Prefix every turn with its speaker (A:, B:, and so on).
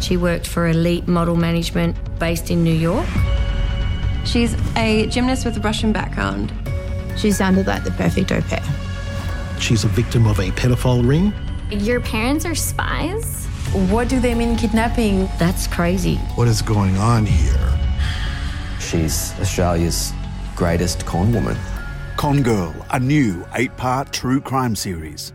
A: She worked for Elite Model Management based in New York.
B: She's a gymnast with a Russian background.
C: She sounded like the perfect au pair.
D: She's a victim of a pedophile ring.
E: Your parents are spies?
F: What do they mean kidnapping?
A: That's crazy.
G: What is going on here?
H: She's Australia's greatest con woman.
I: Con Girl, a new eight part true crime series.